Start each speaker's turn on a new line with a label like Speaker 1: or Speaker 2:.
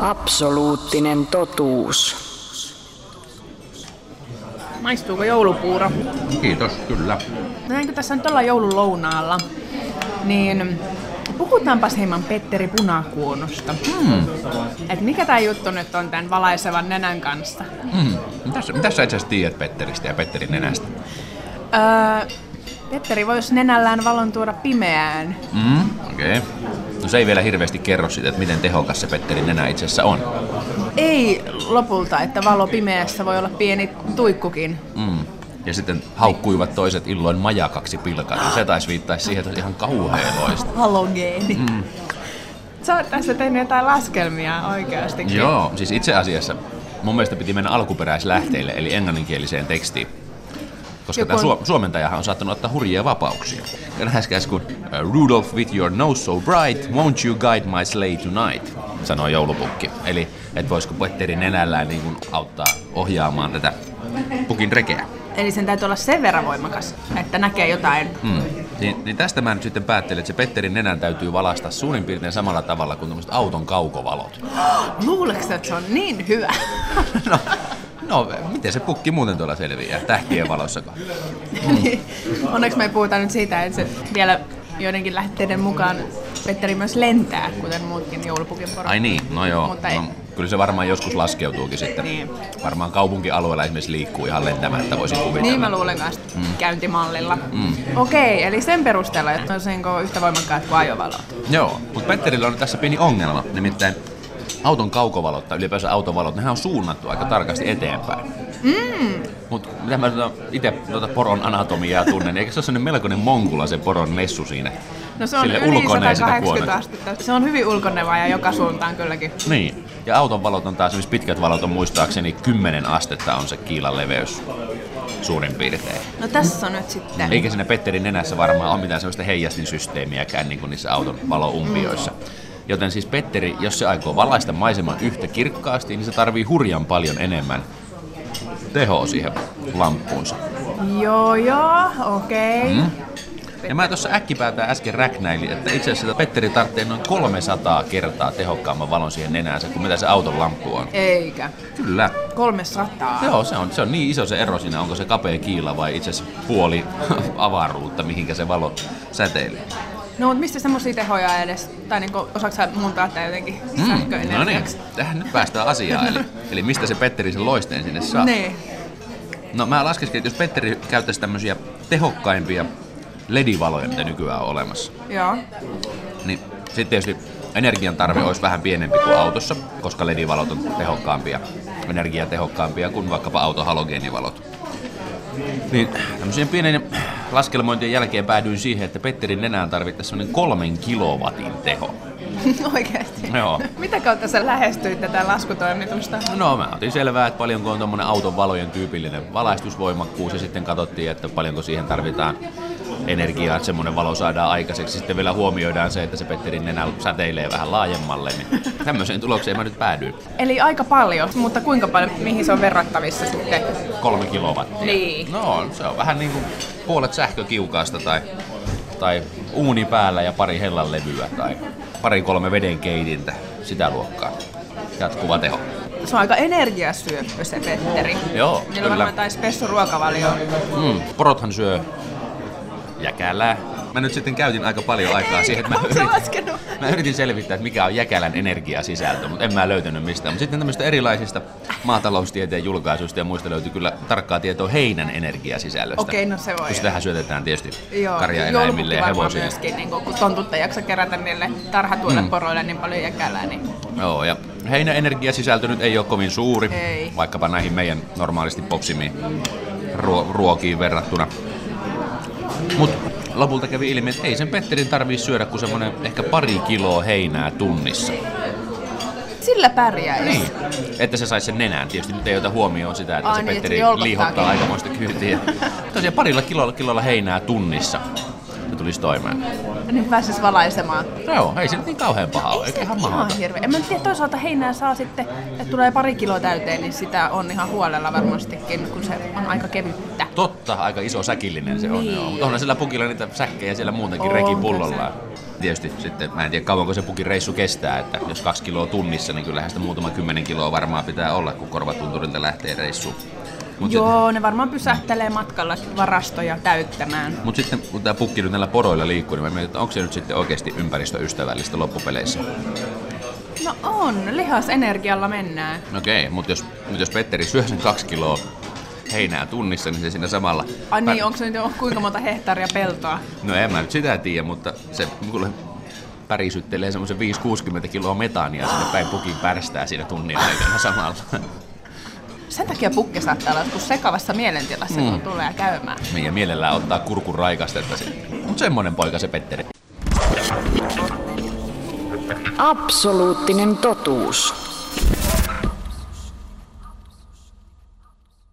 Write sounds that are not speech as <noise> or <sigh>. Speaker 1: Absoluuttinen totuus.
Speaker 2: Maistuuko joulupuuro?
Speaker 3: Kiitos, kyllä.
Speaker 2: Näinkö No tässä nyt ollaan joululounaalla? Niin puhutaanpas hieman Petteri Punakuonosta.
Speaker 3: Mm.
Speaker 2: Et mikä tämä juttu nyt on tämän valaisevan nenän kanssa?
Speaker 3: Mm. Mitäs, mitäs sä itse asiassa tiedät Petteristä ja Petterin nenästä?
Speaker 2: Öö, Petteri voisi nenällään valon tuoda pimeään.
Speaker 3: Mm. Okei. Okay. No se ei vielä hirveästi kerro siitä, että miten tehokas se Petterin nenä itse asiassa on.
Speaker 2: Ei lopulta, että valo pimeässä voi olla pieni tuikkukin.
Speaker 3: Mm. Ja sitten haukkuivat toiset illoin majakaksi pilkan. Ja se taisi viittaisi siihen, että se olisi ihan kauhean loista.
Speaker 2: Halogeeni. Mm. Sä oot tästä tehnyt jotain laskelmia oikeastikin.
Speaker 3: Joo, siis itse asiassa mun mielestä piti mennä alkuperäislähteille, eli englanninkieliseen tekstiin. Koska
Speaker 2: Joku
Speaker 3: tämä
Speaker 2: on-
Speaker 3: suom- suomentajahan on saattanut ottaa hurjia vapauksia. Ja Läheskäs kun "Uh, Rudolph with your nose so bright, won't you guide my sleigh tonight, sanoi joulupukki. Eli et voisiko Petteri nenällään niin kuin auttaa ohjaamaan tätä pukin rekeä.
Speaker 2: Eli sen täytyy olla sen verran voimakas, että näkee jotain.
Speaker 3: Mm. Niin, niin tästä mä nyt sitten päättelin, että se Petterin nenän täytyy valaista suurin piirtein samalla tavalla kuin tämmöiset auton kaukovalot.
Speaker 2: Luuleeko että se on niin hyvä?
Speaker 3: No, no, miten se pukki muuten tuolla selviää? Tähtien valossako?
Speaker 2: <laughs> Niin, Onneksi me ei puhuta nyt siitä, että se vielä joidenkin lähteiden mukaan Petteri myös lentää, kuten muutkin joulupukin porot.
Speaker 3: Ai niin, no joo.
Speaker 2: Mutta ei.
Speaker 3: No, kyllä se varmaan joskus laskeutuukin sitten.
Speaker 2: Niin.
Speaker 3: Varmaan kaupunkialueella esimerkiksi liikkuu ihan lentämättä, voisin kuvitella.
Speaker 2: Niin mä luulen kanssa mm. käyntimallilla. Mm. Okei, eli sen perusteella, että on senko yhtä voimakkaat kuin ajovalot.
Speaker 3: Joo, mutta Petterillä on tässä pieni ongelma, nimittäin auton kaukovalot tai ylipäänsä autovalot, nehän on suunnattu aika tarkasti eteenpäin. Mm. Mutta mitä mä tota, itse tuota poron anatomiaa tunnen, niin eikö se ole sellainen melkoinen monkula se poron messu siinä?
Speaker 2: No se on
Speaker 3: Sille
Speaker 2: yli
Speaker 3: ulkoneen sitä
Speaker 2: 180
Speaker 3: kuonetta.
Speaker 2: astetta. Se on hyvin ulkoneva ja joka suuntaan kylläkin.
Speaker 3: Niin. Ja auton valot on taas, esimerkiksi pitkät valot on muistaakseni 10 astetta on se kiilan leveys suurin piirtein.
Speaker 2: No tässä on nyt sitten.
Speaker 3: Eikä siinä Petterin nenässä varmaan ole mitään sellaista heijastinsysteemiäkään niin kuin niissä auton valoumpioissa. Joten siis Petteri, jos se aikoo valaista maiseman yhtä kirkkaasti, niin se tarvii hurjan paljon enemmän tehoa siihen lamppuunsa.
Speaker 2: Joo joo, okei.
Speaker 3: Mm. Ja mä tuossa äkkipäätään äsken räknäilin, että itse asiassa Petteri tarvitsee noin 300 kertaa tehokkaamman valon siihen nenäänsä kuin mitä se auton lamppu on.
Speaker 2: Eikä.
Speaker 3: Kyllä.
Speaker 2: 300.
Speaker 3: Joo, se on, se on niin iso se ero siinä, onko se kapea kiila vai itse asiassa puoli <laughs> avaruutta, mihinkä se valo säteilee.
Speaker 2: No mutta mistä semmosia tehoja edes? Tai niinku, osaatko sä muuntaa tää jotenkin mm,
Speaker 3: no niin, tähän nyt päästään asiaan. Eli, eli mistä se Petteri sen loisteen sinne saa?
Speaker 2: Niin.
Speaker 3: No mä laskeskin, että jos Petteri käyttäisi tämmöisiä tehokkaimpia ledivaloja, mitä nykyään on olemassa,
Speaker 2: Joo. <laughs>
Speaker 3: niin sitten tietysti energiantarve olisi vähän pienempi kuin autossa, koska ledivalot on tehokkaampia, energiatehokkaampia kuin vaikkapa auton halogeenivalot. Niin tämmöisen pienen laskelmointien jälkeen päädyin siihen, että Petterin nenään tarvittaisiin semmoinen kolmen kilowatin teho.
Speaker 2: Oikeesti.
Speaker 3: Joo.
Speaker 2: Mitä kautta sä lähestyit tätä laskutoimitusta?
Speaker 3: No mä otin selvää, että paljonko on tuommoinen auton valojen tyypillinen valaistusvoimakkuus ja sitten katsottiin, että paljonko siihen tarvitaan energiaa, että semmoinen valo saadaan aikaiseksi. Sitten vielä huomioidaan se, että se Petterin nenä säteilee vähän laajemmalle, niin tämmöiseen tulokseen mä nyt päädyin.
Speaker 2: Eli aika paljon, mutta kuinka paljon, mihin se on verrattavissa sitten?
Speaker 3: Kolme kilowattia.
Speaker 2: Niin.
Speaker 3: No se on vähän niin kuin puolet sähkökiukaasta tai, tai uuni päällä ja pari hellanlevyä tai pari kolme vedenkeitintä, sitä luokkaa. Jatkuva teho.
Speaker 2: Se on aika energiasyöppö se Petteri. Niillä
Speaker 3: Joo,
Speaker 2: on
Speaker 3: kyllä.
Speaker 2: varmaan tai spessu ruokavalio.
Speaker 3: Mm, porothan syö jäkälää. Mä nyt sitten käytin aika paljon aikaa siihen, että mä
Speaker 2: Onko se
Speaker 3: yritin,
Speaker 2: laskenut?
Speaker 3: <laughs> mä yritin selvittää, että mikä on jäkälän energiasisältö, mutta en mä löytänyt mistään. Mutta sitten tämmöistä erilaisista maataloustieteen julkaisuista ja muista löytyy kyllä tarkkaa tietoa heinän energiasisällöstä.
Speaker 2: Okei, no se voi
Speaker 3: Kun sitähän syötetään tietysti
Speaker 2: Joo,
Speaker 3: karjaeläimille
Speaker 2: joulupukki
Speaker 3: ja
Speaker 2: varmaan
Speaker 3: hevosille.
Speaker 2: myöskin, niin kun, kun tontutta jaksa kerätä niille tarhatuille mm. poroille niin paljon jäkälää, niin
Speaker 3: Joo, ja heinän energiasisältö nyt ei ole kovin suuri,
Speaker 2: Ei.
Speaker 3: vaikkapa näihin meidän normaalisti popsimiin ruo- ruokiin verrattuna. Mutta lopulta kävi ilmi, että ei sen Petterin tarvii syödä kuin semmoinen ehkä pari kiloa heinää tunnissa.
Speaker 2: sillä pärjää.
Speaker 3: Niin. Että se saisi sen nenään. Tietysti nyt ei ota huomioon sitä, että
Speaker 2: Ai
Speaker 3: se
Speaker 2: niin, että se
Speaker 3: Petteri
Speaker 2: jolkottaakin.
Speaker 3: liihottaa aikamoista kyytiä. Tosiaan parilla kilolla, kilolla heinää tunnissa. Ja tulisi toimeen.
Speaker 2: Niin pääsis valaisemaan.
Speaker 3: No joo, ei se nyt niin kauhean paha ole,
Speaker 2: Ei
Speaker 3: eikä
Speaker 2: se
Speaker 3: ihan
Speaker 2: ihan,
Speaker 3: mahdoton.
Speaker 2: hirveä. En mä tiedä, toisaalta heinää saa sitten, että tulee pari kiloa täyteen, niin sitä on ihan huolella varmastikin, kun se on aika kevyttä.
Speaker 3: Totta, aika iso säkillinen se on.
Speaker 2: Niin.
Speaker 3: Joo. Mutta onhan sillä pukilla niitä säkkejä siellä muutenkin
Speaker 2: On
Speaker 3: rekin pullollaan. Tietysti sitten, mä en tiedä kauanko se pukin reissu kestää, että jos kaksi kiloa tunnissa, niin kyllähän sitä muutama kymmenen kiloa varmaan pitää olla, kun korvatunturilta lähtee reissuun. Mut
Speaker 2: Joo, ne varmaan pysähtelee matkalla varastoja täyttämään.
Speaker 3: Mutta sitten kun tämä pukki nyt näillä poroilla liikkuu, niin mä mietin, että onko se nyt sitten oikeasti ympäristöystävällistä loppupeleissä.
Speaker 2: No on, lihasenergialla mennään.
Speaker 3: No Okei, mutta jos, mut jos Petteri syö sen kaksi kiloa heinää tunnissa, niin se siinä samalla...
Speaker 2: Ai niin, onko se nyt jo kuinka monta hehtaaria peltoa?
Speaker 3: No en mä nyt sitä tiedä, mutta se kuule pärisyttelee semmoisen 5-60 kiloa metaania sinne päin pukin pärstää siinä tunnin aikana samalla.
Speaker 2: Sen takia pukki saattaa olla joskus sekavassa mielentilassa, kun tulee käymään.
Speaker 3: Meidän mielellään ottaa kurkun raikastetta sitten. Mut semmonen poika se Petteri.
Speaker 1: Absoluuttinen totuus.